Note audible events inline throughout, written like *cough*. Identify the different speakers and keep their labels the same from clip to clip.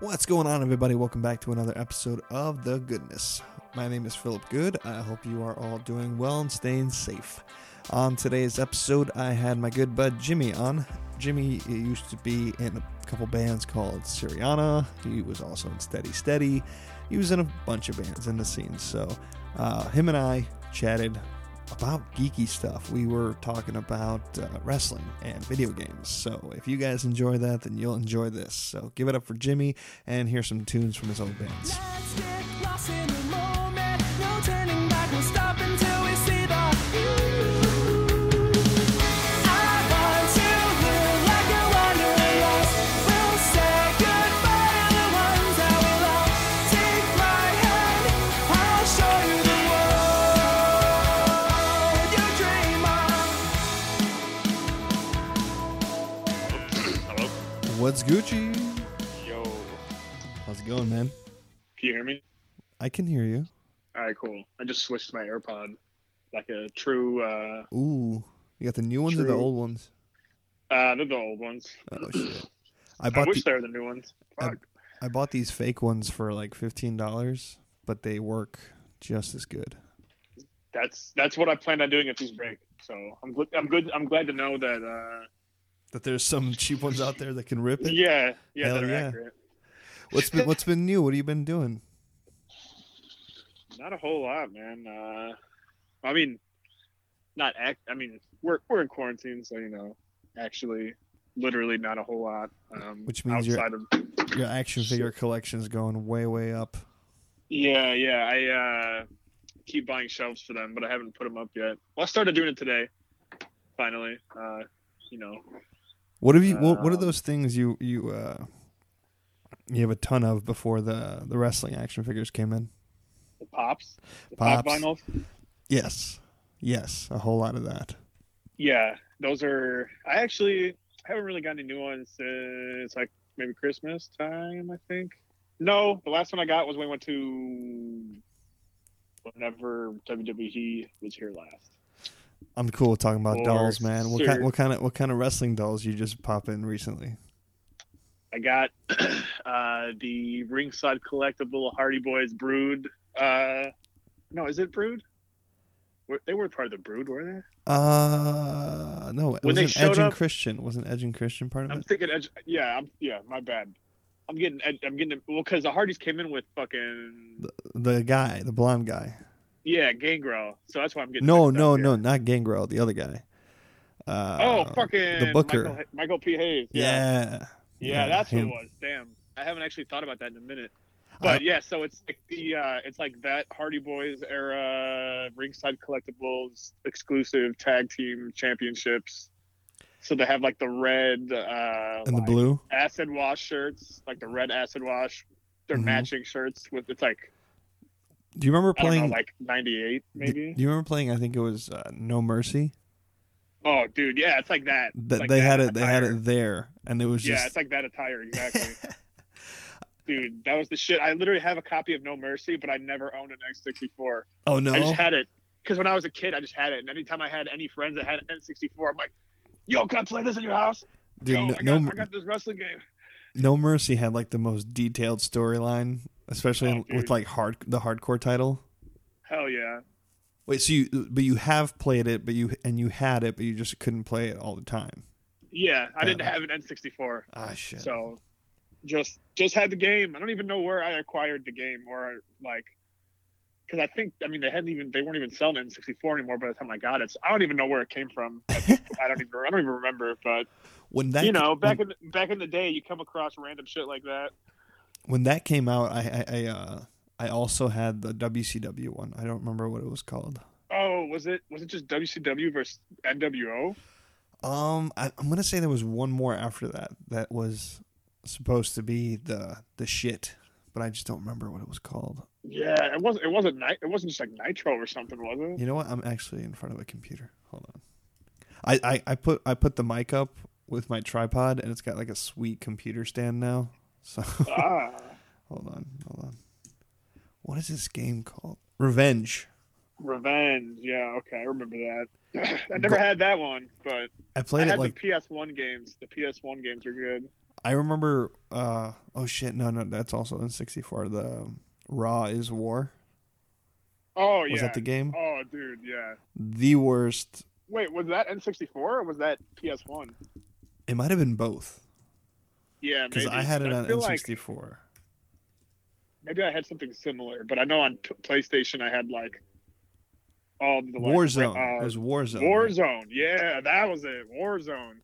Speaker 1: What's going on, everybody? Welcome back to another episode of The Goodness. My name is Philip Good. I hope you are all doing well and staying safe. On today's episode, I had my good bud Jimmy on. Jimmy used to be in a couple bands called Syriana. He was also in Steady Steady. He was in a bunch of bands in the scene. So, uh, him and I chatted about geeky stuff. We were talking about uh, wrestling and video games. So if you guys enjoy that, then you'll enjoy this. So give it up for Jimmy and hear some tunes from his old bands.
Speaker 2: Let's get lost in the moment. No turning back. We'll stop until we see the you. I want to live like a wanderlust. We'll say goodbye to the ones that we love. Take my hand. I'll show you the world you dream of.
Speaker 3: Hello?
Speaker 1: What's Gucci?
Speaker 3: Yo.
Speaker 1: How's it going, man?
Speaker 3: Can you hear me?
Speaker 1: I can hear you.
Speaker 3: All right, cool. I just switched my AirPod like a true, uh,
Speaker 1: Ooh, you got the new ones or the
Speaker 3: True.
Speaker 1: old ones?
Speaker 3: uh they're the old ones.
Speaker 1: Oh shit! I
Speaker 3: I
Speaker 1: bought
Speaker 3: wish
Speaker 1: the,
Speaker 3: they were the new ones.
Speaker 1: I-
Speaker 3: Fuck.
Speaker 1: I bought these fake ones for like fifteen dollars, but they work just as good.
Speaker 3: That's that's what I planned on doing at this break. So I'm gl- I'm good. I'm glad to know that. Uh,
Speaker 1: That there's some cheap ones out there that can rip
Speaker 3: *laughs*
Speaker 1: it.
Speaker 3: yeah, yeah,
Speaker 1: Hell
Speaker 3: that are
Speaker 1: yeah.
Speaker 3: accurate.
Speaker 1: What's been What's been new? What have you been doing?
Speaker 3: Not a whole lot, man. Uh, I mean, not act. I mean, we're we're in quarantine, so you know, actually, literally, not a whole lot. Um,
Speaker 1: Which means you're-
Speaker 3: outside of
Speaker 1: Your action figure collection's going way way up.
Speaker 3: Yeah, yeah. I uh, keep buying shelves for them, but I haven't put them up yet. Well, I started doing it today, finally. Uh, you know,
Speaker 1: What have you? what, what are
Speaker 3: Um,
Speaker 1: those things you you uh, you have a ton of before the the wrestling action figures came in?
Speaker 3: the pops, the pop
Speaker 1: Pops.
Speaker 3: vinyls.
Speaker 1: Yes, yes, a whole lot of that.
Speaker 3: Yeah, those are. I actually haven't really gotten any new ones since like maybe Christmas time. I think. No, the last one I got was when we went to whenever WWE was here last.
Speaker 1: I'm cool with talking about
Speaker 3: Or
Speaker 1: dolls, man. What kind
Speaker 3: shirt.
Speaker 1: what kind of what kind of wrestling dolls you just pop in recently?
Speaker 3: I got *clears throat* uh, the ringside collectible Hardy Boys Brood. Uh, no, is it Brood? Were, they weren't part of the Brood, were
Speaker 1: Mm-hmm. Uh no, it
Speaker 3: When they
Speaker 1: wasn't
Speaker 3: showed
Speaker 1: Edge and
Speaker 3: up-
Speaker 1: Christian. Wasn't Edge and Christian part
Speaker 3: they?
Speaker 1: of
Speaker 3: I'm
Speaker 1: it?
Speaker 3: thinking. Edge, yeah, I'm, yeah, my bad. I'm getting. Ed- I'm getting. Well, because the Hardys came in with fucking
Speaker 1: The guy, the blonde guy.
Speaker 3: yeah Gangrel, so that's why I'm getting.
Speaker 1: No,
Speaker 3: mixed up
Speaker 1: no,
Speaker 3: here.
Speaker 1: no, not Gangrel, the other guy. Uh,
Speaker 3: Oh, fucking
Speaker 1: the Booker.
Speaker 3: Michael, Ha- Michael P. Hayes. Yeah,
Speaker 1: Yeah.
Speaker 3: yeah, that's
Speaker 1: him.
Speaker 3: what it was. Damn, I haven't actually thought about that in a minute.
Speaker 1: I-
Speaker 3: But yeah, so it's like the uh, it's like that Hardy Boys era ringside collectibles exclusive tag team championships. So they have like the red uh,
Speaker 1: and the
Speaker 3: like,
Speaker 1: blue.
Speaker 3: acid wash shirts, like the red acid wash. They're
Speaker 1: Mhm.
Speaker 3: matching shirts with it's like
Speaker 1: Do you remember
Speaker 3: I don't
Speaker 1: playing
Speaker 3: know, like ninety eight
Speaker 1: Do-
Speaker 3: maybe.
Speaker 1: Do you remember playing? I think it was uh, No Mercy.
Speaker 3: oh, dude, yeah, it's like that.
Speaker 1: That
Speaker 3: Like
Speaker 1: they
Speaker 3: that
Speaker 1: had it. They had
Speaker 3: attire.
Speaker 1: it there, and it was
Speaker 3: Yeah,
Speaker 1: just
Speaker 3: it's like that attire exactly.
Speaker 1: *laughs*
Speaker 3: Dude, that was the shit. I literally have a copy of No Mercy, but I never owned an X64.
Speaker 1: oh no.
Speaker 3: I just had it because when I was a kid, I just had it, and anytime I had any friends that had an N64, I'm like, "Yo, can I play this in your house?"
Speaker 1: Dude,
Speaker 3: Yo,
Speaker 1: no,
Speaker 3: I,
Speaker 1: no,
Speaker 3: got, I got this wrestling game.
Speaker 1: No Mercy had like the most detailed storyline, especially
Speaker 3: Oh,
Speaker 1: with
Speaker 3: dude.
Speaker 1: like hard the hardcore title.
Speaker 3: Hell yeah,
Speaker 1: Wait, so you but you have played it, but you and you had it, but you just couldn't play it all the time.
Speaker 3: yeah. I didn't
Speaker 1: Yeah.
Speaker 3: have an N64,
Speaker 1: Ah shit.
Speaker 3: so just just had the game. I don't even know where I acquired the game or like. Because I think I mean they hadn't even they weren't even selling N64 anymore by the time I got it. So I don't even know where it came from. I, I don't even I don't even remember. But
Speaker 1: when that
Speaker 3: you know, back in the- back in the day, you come across random shit like that.
Speaker 1: when that came out, I I, I uh I also had the WCW one. I don't remember what it was called.
Speaker 3: Oh, was it was it just WCW versus NWO?
Speaker 1: Um, I, I'm gonna say there was one more after that that was supposed to be the the shit, but I just don't remember what it was called.
Speaker 3: Yeah, it wasn't. It wasn't. Ni- It wasn't just like Nitro or something, was it?
Speaker 1: You know what? I'm actually in front of a computer. Hold on. I, I, I put I put the mic up with my tripod, and it's got like a sweet computer stand now. So *laughs*
Speaker 3: ah,
Speaker 1: hold on, hold on. What is this game called? Revenge.
Speaker 3: Revenge. Yeah, okay, I remember *clears throat* that. I never had that one, but
Speaker 1: I
Speaker 3: I
Speaker 1: played
Speaker 3: had
Speaker 1: it like
Speaker 3: the PS1 games. The PS1 games are good.
Speaker 1: I remember. Uh, oh shit! No, no, that's also in '64. The Raw is War
Speaker 3: Oh
Speaker 1: was
Speaker 3: yeah.
Speaker 1: that the game.
Speaker 3: Oh dude, yeah.
Speaker 1: The worst.
Speaker 3: Wait, was that N64 or was that PS1?
Speaker 1: It might have been both
Speaker 3: Yeah,
Speaker 1: because
Speaker 3: maybe.
Speaker 1: I had it on
Speaker 3: feel like
Speaker 1: N64.
Speaker 3: maybe I had something similar, but I know on t- PlayStation I had like all the like,
Speaker 1: Warzone.
Speaker 3: uh,
Speaker 1: it was Warzone.
Speaker 3: Warzone. Yeah, that was it. Warzone.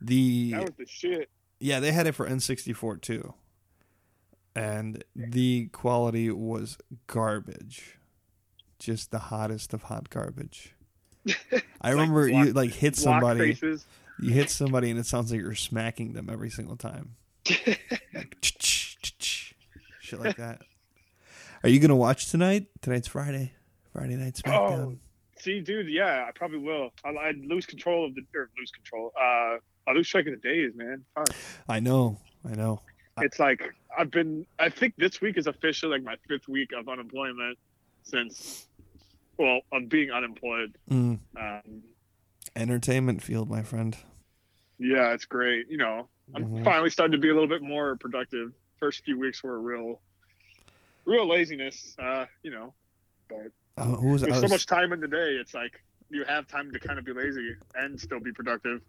Speaker 1: The
Speaker 3: That was the shit.
Speaker 1: yeah, they had it for N64 too, and the quality was garbage, just the hottest of hot
Speaker 3: *laughs*
Speaker 1: garbage. I remember you
Speaker 3: block-
Speaker 1: like hit
Speaker 3: Block
Speaker 1: somebody.
Speaker 3: faces.
Speaker 1: You hit somebody and it sounds like you're smacking them every single time. like, ch-ch, ch-ch, shit like that. Are you going to watch tonight? Tonight's Friday. Friday night
Speaker 3: Oh.
Speaker 1: SmackDown.
Speaker 3: See, dude, yeah, I probably will. I, I lose control of the or lose control. Uh, I lose track of the days, man. Fuck.
Speaker 1: I know. I know. I-
Speaker 3: It's like I've been. I think this week is officially like my fifth week of unemployment since, well, of being unemployed.
Speaker 1: Mm.
Speaker 3: Um,
Speaker 1: Entertainment field, my friend.
Speaker 3: yeah, it's great. You know, I'm
Speaker 1: Mhm.
Speaker 3: finally starting to be a little bit more productive. First few weeks were real, real laziness. Uh, you know, but
Speaker 1: Uh, who was, I
Speaker 3: there's so
Speaker 1: was-
Speaker 3: much time in the day. It's like you have time to kind of be lazy and still be productive.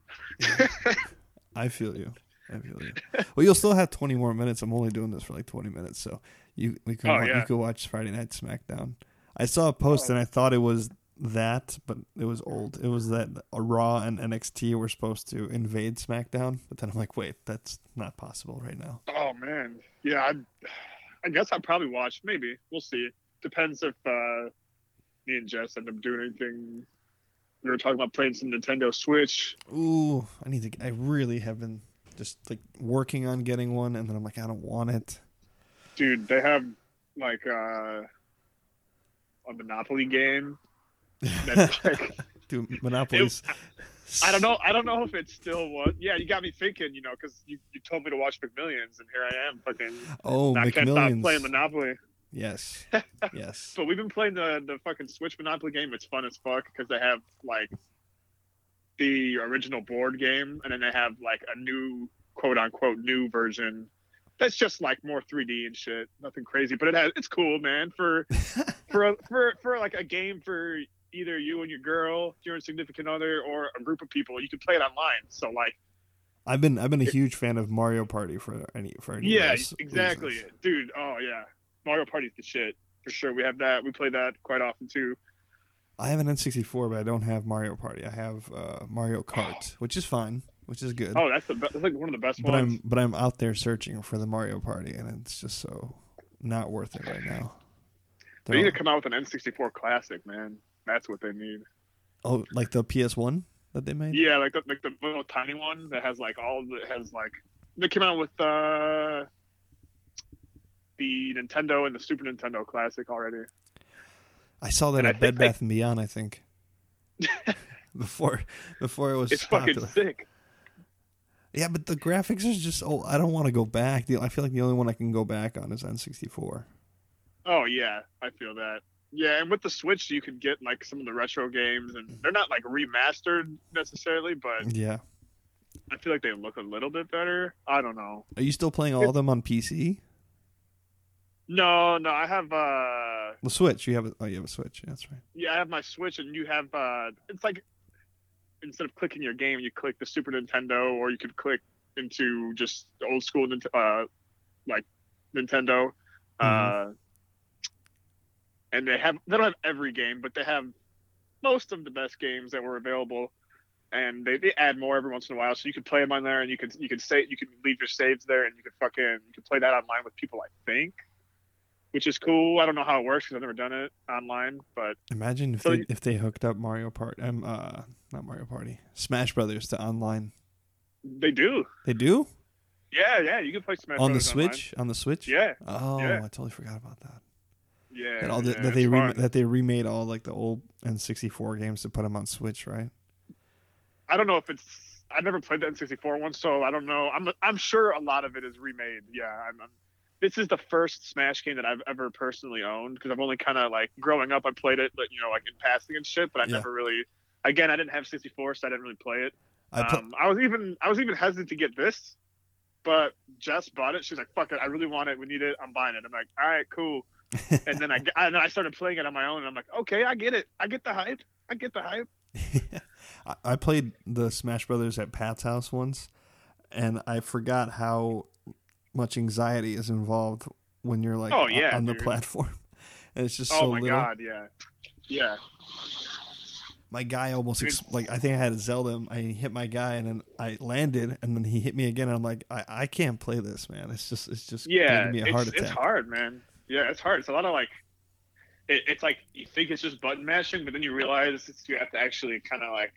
Speaker 1: I feel you. I feel you. well, you'll still have 20 more minutes. I'm only doing this for like 20 minutes, so you we can
Speaker 3: Oh,
Speaker 1: wa- you
Speaker 3: yeah.
Speaker 1: could watch Friday Night SmackDown. I saw a post and I thought it was that, but it was old. It was that Raw and NXT were supposed to invade SmackDown, but then I'm like, wait, that's not possible right now.
Speaker 3: Oh man, yeah. I, I guess I probably watch. Maybe we'll see. Depends if uh, me and Jess end up doing anything. We were talking about playing some Nintendo Switch.
Speaker 1: Ooh, I need to. g- I really have been just like working on getting one, and then I'm like, I don't want it.
Speaker 3: Dude, they have like uh, a
Speaker 1: *laughs*
Speaker 3: Monopoly game. That's like,
Speaker 1: Do monopolies.
Speaker 3: *laughs* I don't know. I don't know if it's still what. Yeah, you got me thinking. You know, because you, you told me to watch McMillions, and here I am, fucking.
Speaker 1: Oh,
Speaker 3: I can't stop
Speaker 1: McMillions.
Speaker 3: playing Monopoly.
Speaker 1: yes, yes.
Speaker 3: But we've been playing the the fucking Switch Monopoly game. It's fun as fuck because they have like the original board game, and then they have like a new quote unquote new version that's just like more 3D and shit. Nothing crazy, but it has it's cool, man. For for a, for for like a game for either you and your girl, your significant other, or a group of people. You can play it online. So like,
Speaker 1: I've been I've been a huge fan of Mario Party for any for any
Speaker 3: yeah,
Speaker 1: of those
Speaker 3: exactly,
Speaker 1: reasons.
Speaker 3: dude. Oh yeah, Mario Party's the shit for sure. We have that. We play that quite often too.
Speaker 1: I have an N64, but I don't have Mario Party. I have uh, Mario
Speaker 3: *gasps*
Speaker 1: Kart, which is fine, which is good.
Speaker 3: Oh, that's the be- that's like one of the best
Speaker 1: but
Speaker 3: ones.
Speaker 1: I'm but I'm out there searching for the Mario Party, and it's just so not worth it right now.
Speaker 3: They need
Speaker 1: They're
Speaker 3: to come out with an N64 classic, man. That's what they need.
Speaker 1: all- oh, like the PS1 that they made.
Speaker 3: Yeah, like the, like the little tiny one that has like all the has like they came out with uh the Nintendo and the Super Nintendo classic already.
Speaker 1: I saw that
Speaker 3: And I
Speaker 1: at Bed
Speaker 3: think they-
Speaker 1: Bath and Beyond, I
Speaker 3: *laughs*
Speaker 1: think. before before it was
Speaker 3: It's
Speaker 1: popular.
Speaker 3: fucking sick.
Speaker 1: Yeah, but the graphics is just oh, I don't want to go back. The, I feel like the only one I can go back on is N64.
Speaker 3: Oh yeah, I feel that. Yeah, and with the Switch you can get like some of the retro games and they're not like remastered necessarily, but
Speaker 1: Yeah.
Speaker 3: I feel like they look a little bit better. I don't know.
Speaker 1: Are you still playing all of them on PC?
Speaker 3: No, no, I have uh
Speaker 1: The Switch. You have a, oh, you have a Switch. Yeah, that's right.
Speaker 3: Yeah, I have my Switch, and you have. uh It's like instead of clicking your game, you click the Super Nintendo, or you could click into just old school, Nint- uh, like Nintendo. Uh, and they have they don't have every game, but they have most of the best games that were available, and they, they add more every once in a while. So you could play them on there, and you could you could say you could leave your saves there, and you could fucking you could play that online with people. I think. Which is cool. I don't know how it works because I've never done it online, but
Speaker 1: Imagine if
Speaker 3: So
Speaker 1: they
Speaker 3: you-
Speaker 1: if they hooked up Mario Party. Um, uh, not Mario Party. Smash Brothers to online.
Speaker 3: They do.
Speaker 1: They do
Speaker 3: Yeah, yeah. You can play Smash
Speaker 1: on the
Speaker 3: Brothers online.
Speaker 1: Switch. On the Switch.
Speaker 3: Yeah,
Speaker 1: Oh,
Speaker 3: yeah.
Speaker 1: I totally forgot about that.
Speaker 3: yeah.
Speaker 1: That all the,
Speaker 3: yeah,
Speaker 1: that
Speaker 3: it's
Speaker 1: they rem-
Speaker 3: fun.
Speaker 1: that they remade all like the old N64 games to put them on Switch, right?
Speaker 3: I don't know if it's. I never played the N64 one, so I don't know. I'm I'm sure a lot of it is remade. Yeah, I'm. I'm this is the first Smash game that I've ever personally owned because I've only kind of like growing up I played it, like you know, like in passing and shit, but I
Speaker 1: Yeah.
Speaker 3: never really. Again, I didn't have 64, so I didn't really play it.
Speaker 1: I pl-
Speaker 3: um, I was even I was even hesitant to get this But Jess bought it. She's like, "Fuck it, I really want it. We need it. I'm buying it." I'm like, "All right,
Speaker 1: *laughs*
Speaker 3: cool." and then I and I started playing it on my own. And I'm like, "Okay, I get it. I get the hype. I get the hype."
Speaker 1: *laughs* I- I played the Smash Brothers at Pat's house once, and I forgot how much anxiety is involved when you're like
Speaker 3: Oh,
Speaker 1: o-
Speaker 3: yeah,
Speaker 1: on the
Speaker 3: dude.
Speaker 1: platform. *laughs* And it's just
Speaker 3: oh
Speaker 1: so
Speaker 3: my
Speaker 1: little.
Speaker 3: god, yeah, yeah.
Speaker 1: My guy almost
Speaker 3: Dude.
Speaker 1: ex- like I think I had a Zelda. and I hit my guy and then I landed, and then he hit me again. And I'm like, I, I can't play this, man. It's just it's just
Speaker 3: yeah
Speaker 1: giving me a
Speaker 3: it's,
Speaker 1: heart
Speaker 3: it's
Speaker 1: attack.
Speaker 3: hard man yeah it's hard it's a lot of like it, it's like you think it's just button mashing but then you realize it's, you have to actually kind of like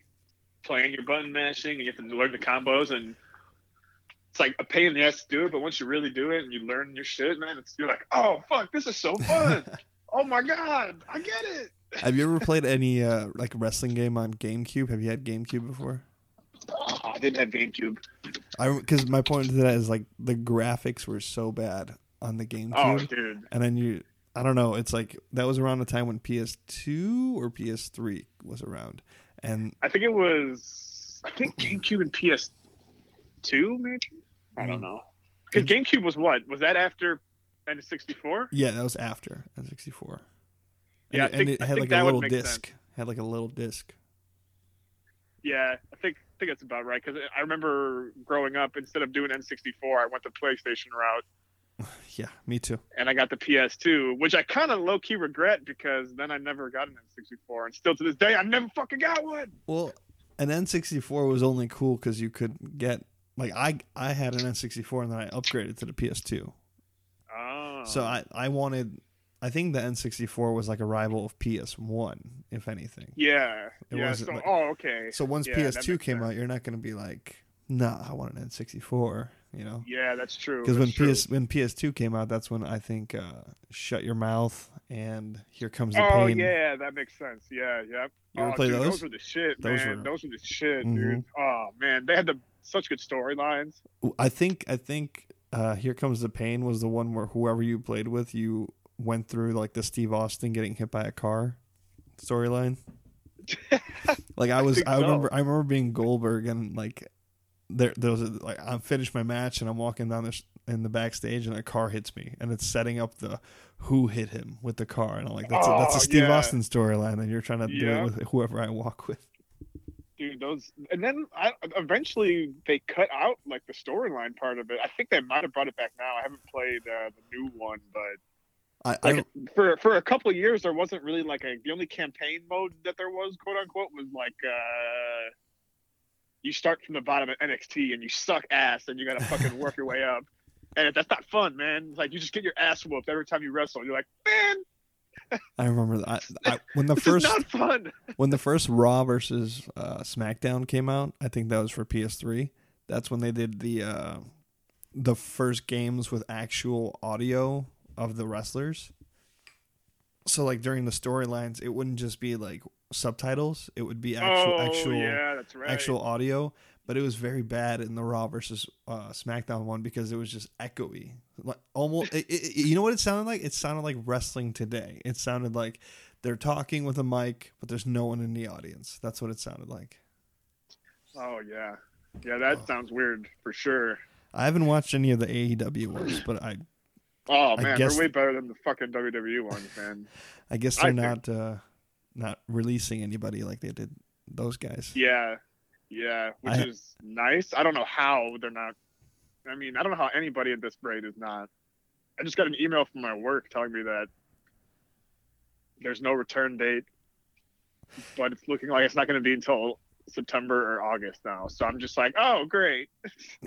Speaker 3: plan your button mashing and you have to learn the combos and it's like a pain in the ass to do it but once you really do it and you learn your shit man it's you're like oh fuck this is so fun oh my god i get it
Speaker 1: Have
Speaker 3: *laughs*
Speaker 1: you ever played any uh, like wrestling game on GameCube? Have you had GameCube before?
Speaker 3: oh, i didn't have gamecube
Speaker 1: I because my point to that is like the graphics were so bad on the GameCube. *laughs*
Speaker 3: oh dude
Speaker 1: and then you i don't know it's like that was around the time when ps2 or ps3 was around and
Speaker 3: i think it was i think gamecube and ps2 maybe i don't know because
Speaker 1: Mm.
Speaker 3: gamecube was what was that after n64
Speaker 1: yeah that was after n64 and,
Speaker 3: Yeah, I
Speaker 1: it- and
Speaker 3: think-
Speaker 1: it
Speaker 3: I
Speaker 1: had
Speaker 3: think
Speaker 1: like
Speaker 3: that
Speaker 1: a
Speaker 3: would
Speaker 1: little
Speaker 3: make
Speaker 1: disc had like a little disc
Speaker 3: Yeah, I think I think that's about right. Because I remember growing up, instead of doing N64, I went the PlayStation route,
Speaker 1: yeah me too
Speaker 3: and I got the PS2, which I kind of low key regret because then I never got an N64, and still to this day, I never fucking got one.
Speaker 1: well an n64 was only cool because you could get like i i had an n64 and then i upgraded to the ps2
Speaker 3: Oh,
Speaker 1: so i i wanted i think the n64 was like a rival of ps1 if anything
Speaker 3: yeah,
Speaker 1: It
Speaker 3: yeah.
Speaker 1: wasn't
Speaker 3: So,
Speaker 1: like-
Speaker 3: oh, okay.
Speaker 1: so once
Speaker 3: Yeah, that
Speaker 1: ps2
Speaker 3: makes
Speaker 1: came
Speaker 3: sense.
Speaker 1: out you're not going to be like nah i want an n64 you know
Speaker 3: Yeah, that's true.
Speaker 1: because when
Speaker 3: that's true.
Speaker 1: PS when PS2 came out, that's when I think uh, "Shut Your Mouth" and "Here Comes the
Speaker 3: Oh
Speaker 1: Pain."
Speaker 3: yeah, that makes sense. Yeah, yep.
Speaker 1: You ever
Speaker 3: oh,
Speaker 1: play
Speaker 3: dude,
Speaker 1: those?
Speaker 3: those? were the shit,
Speaker 1: Those
Speaker 3: man.
Speaker 1: were-
Speaker 3: Those were the shit,
Speaker 1: Mhm.
Speaker 3: dude. Oh man, they had the such good storylines.
Speaker 1: I think I think uh, "Here Comes the Pain" was the one where whoever you played with, you went through like the Steve Austin getting hit by a car
Speaker 3: *laughs*
Speaker 1: storyline. like I was,
Speaker 3: think
Speaker 1: I,
Speaker 3: so.
Speaker 1: remember, I remember being Goldberg and like there, there was a, like I finished my match and I'm walking down this in the backstage and a car hits me and it's setting up the who hit him with the car and I'm like that's a, that's a
Speaker 3: Oh,
Speaker 1: Steve
Speaker 3: yeah.
Speaker 1: Austin storyline and you're trying to do it
Speaker 3: Yeah.
Speaker 1: with whoever I walk with.
Speaker 3: dude those and then I, eventually they cut out like the storyline part of it i think they might have brought it back now i haven't played uh, the new one but
Speaker 1: I, I
Speaker 3: like for for a couple of years there wasn't really like a the only campaign mode that there was quote unquote was like uh you start from the bottom of nxt and you suck ass and you gotta fucking work your
Speaker 1: *laughs*
Speaker 3: way up and that's not fun man like you just get your ass whooped every time you wrestle you're like man
Speaker 1: I remember that I, I, when the
Speaker 3: *laughs* this
Speaker 1: first
Speaker 3: is not fun
Speaker 1: when the first Raw versus uh, SmackDown came out, I think that was for PS3. That's when they did the uh, the first games with actual audio of the wrestlers. So like during the storylines, it wouldn't just be like subtitles; it would be *laughs* actual
Speaker 3: oh
Speaker 1: actual
Speaker 3: yeah that's right
Speaker 1: actual audio. But it was very bad in the Raw versus uh, SmackDown one because it was just echoey, like almost. it, it, you know what it sounded like? It sounded like wrestling today. It sounded like they're talking with a mic, but there's no one in the audience. That's what it sounded like.
Speaker 3: oh yeah yeah that
Speaker 1: Oh.
Speaker 3: sounds weird for sure
Speaker 1: I haven't watched any of the AEW ones, but I
Speaker 3: Oh
Speaker 1: I
Speaker 3: man,
Speaker 1: guess-
Speaker 3: they're way better than the fucking WWE ones, man.
Speaker 1: I guess
Speaker 3: I
Speaker 1: they're not uh, not releasing anybody like they did those guys.
Speaker 3: yeah, yeah, which
Speaker 1: I-
Speaker 3: is nice. I don't know how they're not. I mean, I don't know how anybody at this rate is not. I just got an email from my work telling me that there's no return date, but it's looking like it's not going to be until September or August now. So I'm just like, oh great,
Speaker 1: *laughs*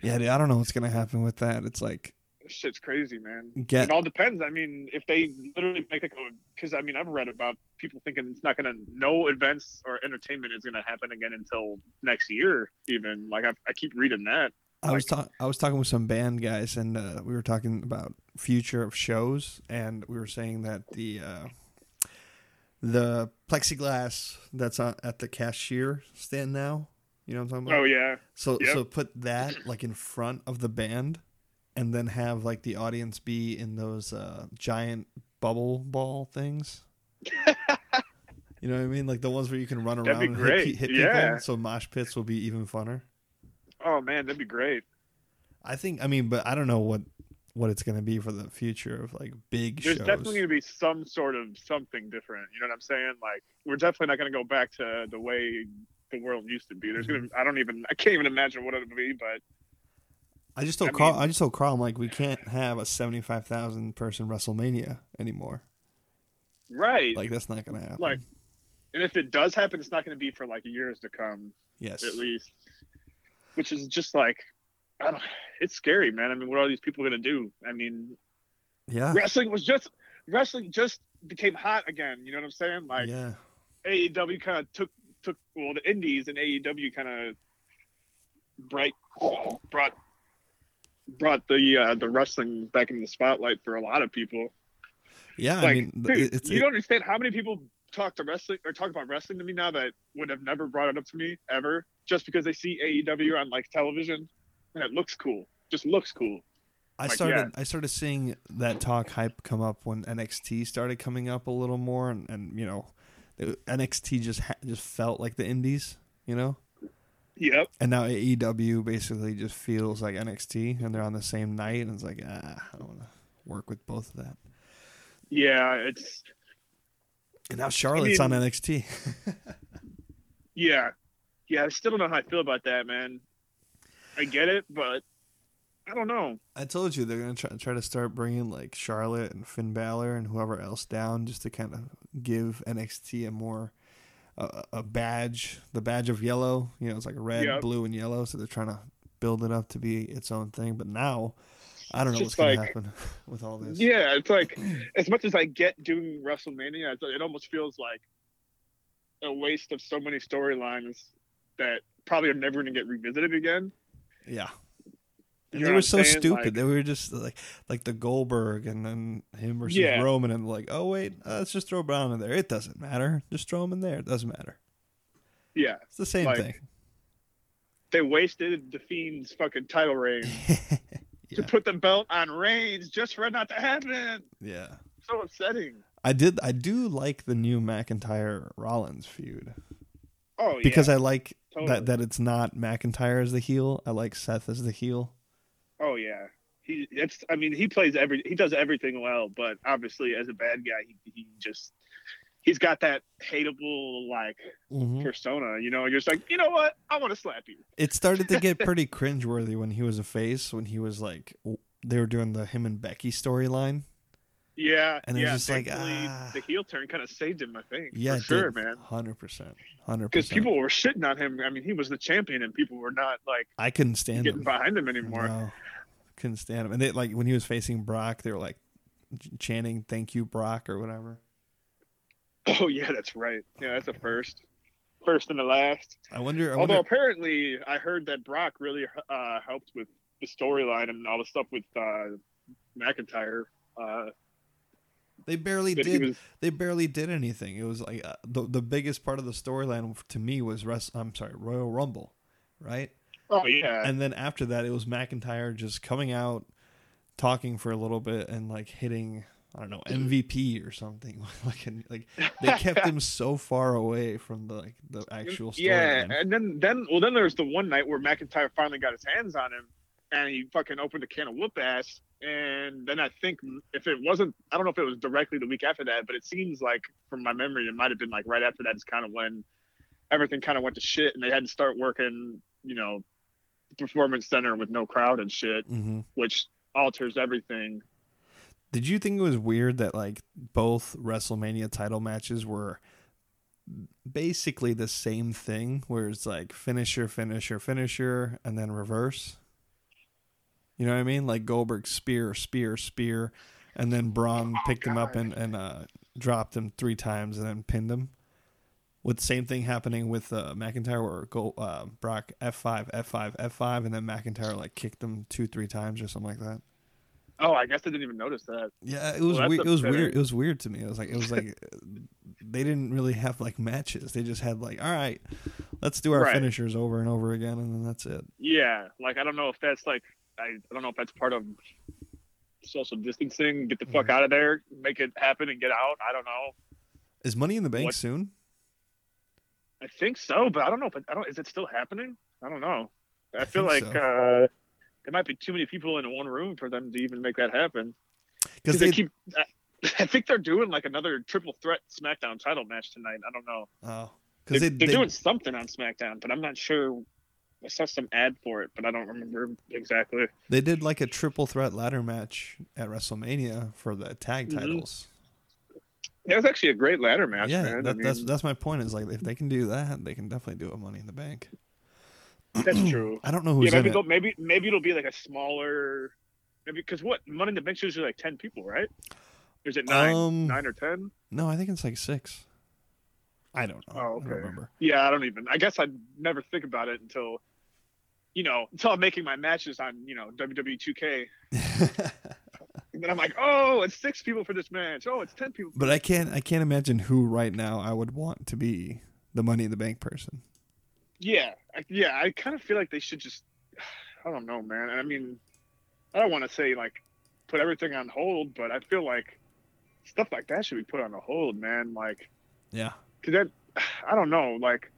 Speaker 1: yeah, dude, I don't know what's gonna happen with that. It's like
Speaker 3: this shit's crazy, man.
Speaker 1: get
Speaker 3: It all depends. I mean, if they literally make like, because I mean, I've read about people thinking it's not going to, no events or entertainment is going to happen again until next year, even. Like, I, I keep reading that.
Speaker 1: I was talking. I was talking with some band guys, and uh, we were talking about future of shows, and we were saying that the uh, the plexiglass that's on, at the cashier stand now. You know what I'm talking about?
Speaker 3: Oh, yeah.
Speaker 1: So
Speaker 3: yeah.
Speaker 1: so put that like in front of the band, and then have like the audience be in those uh, giant bubble ball
Speaker 3: *laughs*
Speaker 1: things. you know what I mean? Like the ones where you can run around
Speaker 3: That'd be
Speaker 1: and
Speaker 3: great.
Speaker 1: hit, pe- hit
Speaker 3: Yeah.
Speaker 1: people. So mosh pits will be even funner.
Speaker 3: Oh man, that'd be great.
Speaker 1: I think I mean, but I don't know what what it's gonna be for the future of like big
Speaker 3: There's
Speaker 1: shows.
Speaker 3: definitely going to be some sort of something different. You know what I'm saying? Like we're definitely not going to go back to the way the world used to be. There's going to I don't even I can't even imagine what it would be, but
Speaker 1: I just told
Speaker 3: I
Speaker 1: Carl.
Speaker 3: mean-
Speaker 1: I just told Carl. I'm like, we can't have a 75,000 person WrestleMania anymore.
Speaker 3: right. Like,
Speaker 1: Like that's not gonna happen.
Speaker 3: and if it does happen, it's not going to be for like years to come
Speaker 1: yes,
Speaker 3: at least. Which is just like I don't it's scary, man. I mean, what are these people going to do? I mean,
Speaker 1: yeah,
Speaker 3: wrestling was just wrestling just became hot again, you know what I'm saying? Like
Speaker 1: yeah.
Speaker 3: AEW kind of took took well the Indies and AEW kind of bright brought brought the uh, the wrestling back into the spotlight for a lot of people.
Speaker 1: Yeah,
Speaker 3: Like,
Speaker 1: I mean, th-
Speaker 3: dude,
Speaker 1: it's
Speaker 3: you
Speaker 1: it-
Speaker 3: don't understand how many people talk to wrestling or talk about wrestling to me now that would have never brought it up to me ever just because they see AEW on like television and it looks cool. Just looks cool.
Speaker 1: I
Speaker 3: like,
Speaker 1: started. I started seeing that talk hype come up when NXT started coming up a little more, and, and you know, it- NXT just ha- just felt like the Indies, you know.
Speaker 3: Yep.
Speaker 1: And now AEW basically just feels like NXT, and they're on the same night, and it's like, ah, I don't want to work with both of that.
Speaker 3: Yeah, it's
Speaker 1: And now Charlotte's
Speaker 3: mean-
Speaker 1: on NXT.
Speaker 3: Yeah. Yeah, I still don't know how I feel about that, man. I get it, but I don't know.
Speaker 1: *laughs* I told you they're gonna try, try to start bringing like Charlotte and Finn Balor and whoever else down just to kind of give NXT a more a, a badge, the badge of yellow. You know, it's like red,
Speaker 3: Yep.
Speaker 1: blue, and yellow. So they're trying to build it up to be its own thing. But now, I don't know what's
Speaker 3: Just
Speaker 1: gonna
Speaker 3: like-
Speaker 1: happen *laughs* with all this.
Speaker 3: Yeah, it's like as much as I get doing WrestleMania, it's- it almost feels like a waste of so many storylines that probably are never going to get revisited again.
Speaker 1: Yeah.
Speaker 3: You
Speaker 1: And they
Speaker 3: know what
Speaker 1: were
Speaker 3: I'm
Speaker 1: so
Speaker 3: saying?
Speaker 1: stupid.
Speaker 3: Like-
Speaker 1: they were just like, like the Goldberg and then him versus
Speaker 3: Yeah.
Speaker 1: Roman, and like, oh wait, uh, let's just throw Brown in there. It doesn't matter. Just throw him in there. It doesn't matter.
Speaker 3: Yeah,
Speaker 1: It's the same
Speaker 3: Like,
Speaker 1: thing.
Speaker 3: they wasted the Fiend's fucking
Speaker 1: *laughs*
Speaker 3: title reign to
Speaker 1: Yeah.
Speaker 3: put the belt on Reigns just for it not to happen.
Speaker 1: Yeah.
Speaker 3: So upsetting.
Speaker 1: I did. I do like the new McIntyre Rollins feud
Speaker 3: Oh yeah,
Speaker 1: because I like
Speaker 3: totally.
Speaker 1: that that it's not McIntyre as the heel. I like Seth as the heel.
Speaker 3: Oh yeah, he. That's. I mean, he plays every. He does everything well, but obviously, as a bad guy, he, he just. He's got that hateable like Mm-hmm.
Speaker 1: Mm-hmm.
Speaker 3: persona, you know. You're just like, you know what? I want to slap you.
Speaker 1: It started to get pretty cringeworthy when he was a face. When he was like, w- they were doing the him and Becky storyline.
Speaker 3: Yeah,
Speaker 1: And it was
Speaker 3: yeah.
Speaker 1: just like,
Speaker 3: thankfully,
Speaker 1: ah.
Speaker 3: the heel turn kind of saved him, I think.
Speaker 1: Yeah,
Speaker 3: for sure, man.
Speaker 1: Hundred percent, hundred
Speaker 3: Because
Speaker 1: percent.
Speaker 3: people were shitting on him. I mean, he was the champion, and people were not like
Speaker 1: I couldn't stand
Speaker 3: getting
Speaker 1: him
Speaker 3: behind him anymore.
Speaker 1: No, couldn't stand him. And they like when he was facing Brock, they were like ch- chanting "Thank you, Brock" or whatever.
Speaker 3: Oh yeah, that's right. Yeah, that's a first, first and the last.
Speaker 1: I wonder. I
Speaker 3: Although
Speaker 1: wonder
Speaker 3: apparently, I heard that Brock really uh, helped with the storyline and all the stuff with uh, McIntyre. Uh,
Speaker 1: they barely
Speaker 3: that he
Speaker 1: did
Speaker 3: was
Speaker 1: they barely did anything. It was like uh, the the biggest part of the storyline to me was rest. I'm sorry, Royal Rumble, right?
Speaker 3: oh yeah,
Speaker 1: And then after that, it was McIntyre just coming out, talking for a little bit, and like hitting I don't know
Speaker 3: Mm-hmm.
Speaker 1: MVP or something. *laughs* like and, like they
Speaker 3: *laughs*
Speaker 1: kept him so far away from the like the actual
Speaker 3: yeah.
Speaker 1: storyline.
Speaker 3: And then then well then there was the one night where McIntyre finally got his hands on him, and he fucking opened a can of whoop ass. And then I think if it wasn't, I don't know if it was directly the week after that, but it seems like from my memory, it might have been like right after that is kind of when everything kind of went to shit, and they had to start working, you know, the performance center with no crowd and shit.
Speaker 1: hmm
Speaker 3: which alters everything.
Speaker 1: Did you think it was weird that like both WrestleMania title matches were basically the same thing, where it's like finisher, finisher, finisher, and then reverse? You know what I mean? Like Goldberg spear, spear, spear, and then Braun picked him up
Speaker 3: God.
Speaker 1: and and uh, dropped him three times and then pinned him. With the same thing happening with uh, McIntyre, where Go, uh, Brock F five, F five, F five, and then McIntyre like kicked him two, three times or something like that.
Speaker 3: Oh, I guess I didn't even notice that.
Speaker 1: Yeah, it was
Speaker 3: that's
Speaker 1: weird. It was
Speaker 3: upsetting.
Speaker 1: weird. It was weird to me. It was like it was like *laughs* they didn't really have like matches. They just had like, all right, let's do our
Speaker 3: Right.
Speaker 1: finishers over and over again, and then that's it.
Speaker 3: Yeah, like I don't know if that's like I, I don't know if that's part of social distancing. Get the fuck
Speaker 1: Mhm.
Speaker 3: out of there, make it happen, and get out. I don't know.
Speaker 1: Is Money in the Bank
Speaker 3: What?
Speaker 1: soon?
Speaker 3: I think so, but I don't know if it, I don't. Is it still happening? I don't know. I feel like
Speaker 1: think so.
Speaker 3: uh, there might be too many people in one room for them to even make that happen.
Speaker 1: because
Speaker 3: they, keep. I, *laughs* I think they're doing like another triple threat SmackDown title match tonight. I don't know.
Speaker 1: oh,
Speaker 3: They're,
Speaker 1: because they,
Speaker 3: they're
Speaker 1: they-
Speaker 3: doing something on SmackDown, but I'm not sure. I saw some ad for it, but I don't remember exactly.
Speaker 1: they did like a triple threat ladder match at WrestleMania for the tag
Speaker 3: Mhm.
Speaker 1: titles.
Speaker 3: It was actually a great ladder match,
Speaker 1: yeah,
Speaker 3: man.
Speaker 1: that,
Speaker 3: I mean,
Speaker 1: that's that's my point. Is like if they can do that, they can definitely do a Money in the Bank.
Speaker 3: that's
Speaker 1: *clears throat*
Speaker 3: true.
Speaker 1: I don't know who's
Speaker 3: yeah,
Speaker 1: in
Speaker 3: maybe
Speaker 1: it.
Speaker 3: they'll- maybe maybe it'll be like a smaller, maybe because what Money in the Bank's usually like ten people, right? Or Is it nine,
Speaker 1: Um,
Speaker 3: nine or ten?
Speaker 1: No, I think it's like six. I don't know.
Speaker 3: Oh,
Speaker 1: I
Speaker 3: okay.
Speaker 1: don't remember.
Speaker 3: Yeah, I don't even. I guess I never think about it until, you know, until I'm making my matches on you know WWE 2K,
Speaker 1: *laughs*
Speaker 3: and then I'm like, oh, it's six people for this match. Oh, it's ten people.
Speaker 1: but I can't. I can't imagine who right now I would want to be the Money in the Bank person.
Speaker 3: Yeah, I, yeah. I kind of feel like they should just. *sighs* I don't know, man. I mean, I don't want to say like put everything on hold, but I feel like stuff like that should be put on a hold, man. Like,
Speaker 1: Yeah.
Speaker 3: cause that *sighs* I don't know. Like,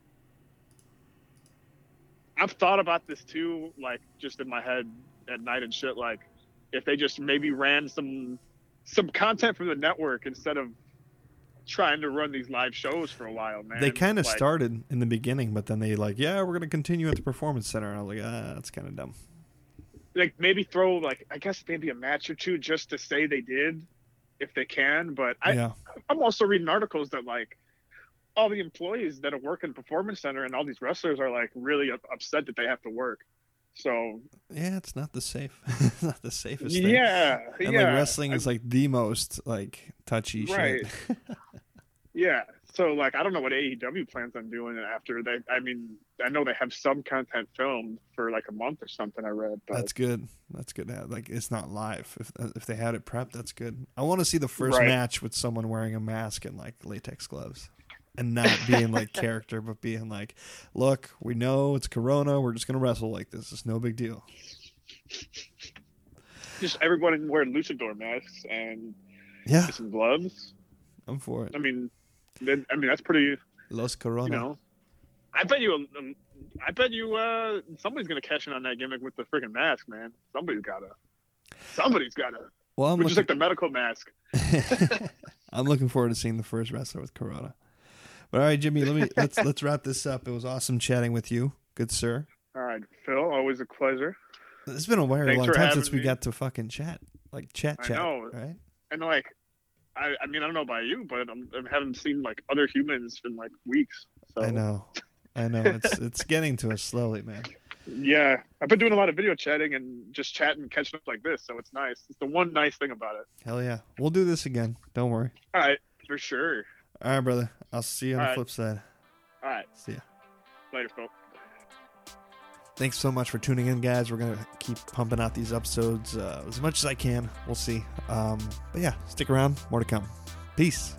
Speaker 3: I've thought about this too, like just in my head at night and shit. Like, if they just maybe ran some some content from the network instead of trying to run these live shows for a while, man.
Speaker 1: they kind of
Speaker 3: Like,
Speaker 1: started in the beginning, but then they like, yeah, we're gonna continue at the performance center. And I was like, ah, that's kind of dumb.
Speaker 3: like maybe throw like I guess maybe a match or two just to say they did, if they can. But I,
Speaker 1: yeah,
Speaker 3: I'm also reading articles that like all the employees that are working performance center and all these wrestlers are like really up- upset that they have to work. So
Speaker 1: yeah, it's not the safe, *laughs* not the safest thing.
Speaker 3: yeah,
Speaker 1: and
Speaker 3: yeah,
Speaker 1: like wrestling is like the most like touchy
Speaker 3: Right.
Speaker 1: shit.
Speaker 3: yeah. So like I don't know what AEW plans on doing after they. I mean I know they have some content filmed for like a month or something. I read, but
Speaker 1: that's good. That's good. to have. Like it's not live. If uh, if they had it prepped, that's good. I want to see the first
Speaker 3: Right.
Speaker 1: match with someone wearing a mask and like latex gloves. And not being
Speaker 3: *laughs*
Speaker 1: like character, but being like, look, we know it's Corona. We're just gonna wrestle like this. It's no big deal.
Speaker 3: just everyone wearing luchador masks and
Speaker 1: Yeah,
Speaker 3: some gloves.
Speaker 1: I'm for it.
Speaker 3: I mean, then I mean that's pretty.
Speaker 1: Los Corona.
Speaker 3: you know, I bet you, um, I bet you, uh, somebody's gonna cash in on that gimmick with the freaking mask, man. Somebody's gotta, somebody's gotta,
Speaker 1: well, I'm
Speaker 3: which
Speaker 1: looking,
Speaker 3: is like the medical mask.
Speaker 1: *laughs* I'm looking forward to seeing the first wrestler with Corona. But all right, Jimmy,
Speaker 3: *laughs*
Speaker 1: let me let's let's wrap this up. It was awesome chatting with you, good sir.
Speaker 3: All right, Phil, always a pleasure.
Speaker 1: It's been a while, a
Speaker 3: Thanks
Speaker 1: long
Speaker 3: for
Speaker 1: time
Speaker 3: having
Speaker 1: since we
Speaker 3: me.
Speaker 1: got to fucking chat, like chat,
Speaker 3: I
Speaker 1: chat, Uh,
Speaker 3: know.
Speaker 1: right?
Speaker 3: And like, I, I mean, I don't know about you, but I'm, I haven't seen like other humans in like weeks. So
Speaker 1: I know, I know.
Speaker 3: *laughs*
Speaker 1: It's it's getting to us slowly, man.
Speaker 3: yeah, I've been doing a lot of video chatting and just chatting, catching up like this. So it's nice. It's the one nice thing about it.
Speaker 1: Hell yeah, we'll do this again. Don't worry.
Speaker 3: All right, for sure.
Speaker 1: All right, brother. I'll see you on
Speaker 3: All
Speaker 1: the
Speaker 3: right.
Speaker 1: flip side.
Speaker 3: All right,
Speaker 1: See ya.
Speaker 3: later, Phil.
Speaker 1: Thanks so much for tuning in, guys. We're gonna keep pumping out these episodes uh, as much as I can. We'll see. Um, but yeah, stick around. More to come. Peace.